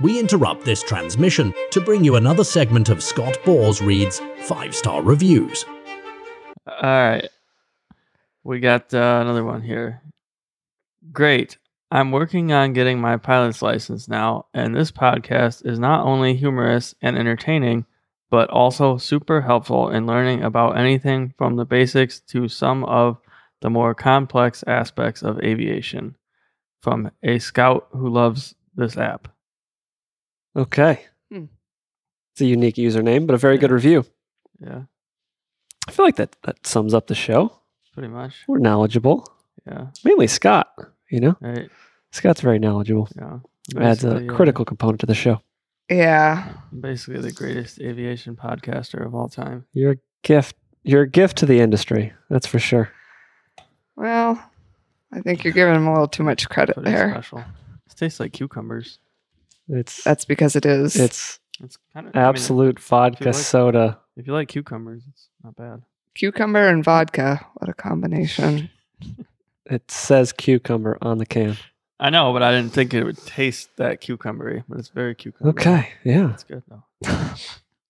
we interrupt this transmission to bring you another segment of Scott Bors Reads Five Star Reviews. All right. We got uh, another one here. Great. I'm working on getting my pilot's license now, and this podcast is not only humorous and entertaining, but also super helpful in learning about anything from the basics to some of the more complex aspects of aviation. From a scout who loves this app. Okay. Hmm. It's a unique username, but a very good review. Yeah, I feel like that, that sums up the show. pretty much. We're knowledgeable, Yeah, mainly Scott. You know, right. Scott's very knowledgeable. Yeah. Adds a Basically, uh, critical component to the show. Yeah. basically the greatest aviation podcaster of all time. You're a gift. You're a gift to the industry. That's for sure. Well, I think you're giving him a little too much credit Pretty there. special. This tastes like cucumbers. It's That's because it is. it's It's kind of absolute vodka like- soda. if you like cucumbers, it's not bad. cucumber and vodka. What a combination. It says cucumber on the can. I know, but I didn't think it would taste that cucumbery. But it's very cucumber. Okay. Yeah. it's good though.